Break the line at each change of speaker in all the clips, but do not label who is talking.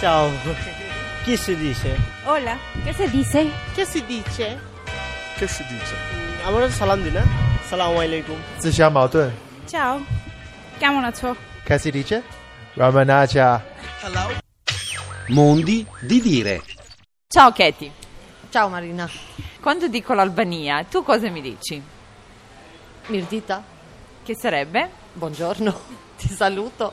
Ciao. Chi si dice?
Hola, ¿qué se dice?
Che si dice?
Che si dice?
আমরা সালাম দিই না সালাম আলাইকুম
自相矛盾，
Ciao. Chiamo una ciò.
该谁理解 r a m a n a j a
Mondi di dire.
Ciao Katy,
Ciao Marina.
quando dico l'Albania, tu cosa mi dici?
Mirdita,
Che sarebbe?
buongiorno. Ti saluto.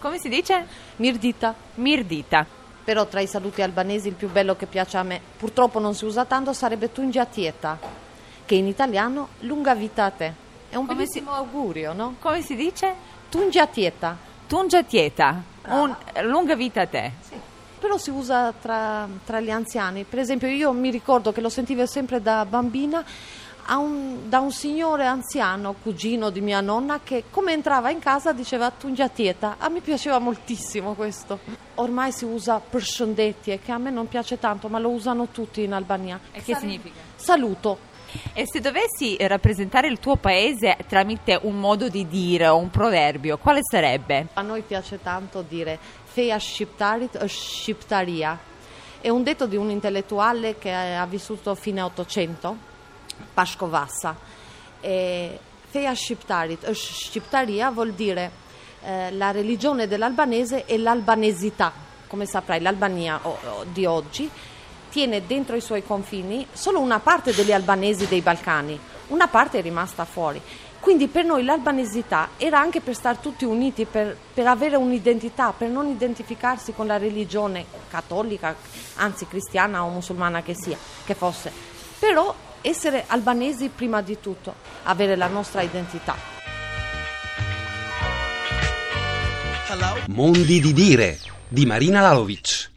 Come si dice?
Mirdita.
Mirdita.
Però tra i saluti albanesi il più bello che piace a me, purtroppo non si usa tanto, sarebbe Tungiatieta, che in italiano lunga vita a te. È un
Come si-
bellissimo augurio, no?
Come si dice?
Tungiatieta.
Tungia Tieta. Un- lunga vita a te.
Però si usa tra, tra gli anziani. Per esempio, io mi ricordo che lo sentivo sempre da bambina a un- da un signore anziano, cugino di mia nonna, che come entrava in casa diceva Tungiatieta. A me piaceva moltissimo questo. Ormai si usa Pershondetje, che a me non piace tanto, ma lo usano tutti in Albania.
E che significa?
Saluto.
E se dovessi rappresentare il tuo paese tramite un modo di dire o un proverbio, quale sarebbe?
A noi piace tanto dire Fea Shqiptarit është Shqiptaria. È un detto di un intellettuale che ha vissuto fine 800, Pasco Vassa. E Fea Shqiptarit është Shqiptaria vuol dire eh, la religione dell'albanese e l'albanesità. Come saprai, l'Albania o- o- di oggi tiene dentro i suoi confini solo una parte degli albanesi dei Balcani, una parte è rimasta fuori. Quindi per noi l'albanesità era anche per stare tutti uniti, per, per avere un'identità, per non identificarsi con la religione cattolica, anzi cristiana o musulmana che sia, che fosse. Però essere albanesi prima di tutto, avere la nostra identità.
Mondi di dire. Di Marina Lalovic.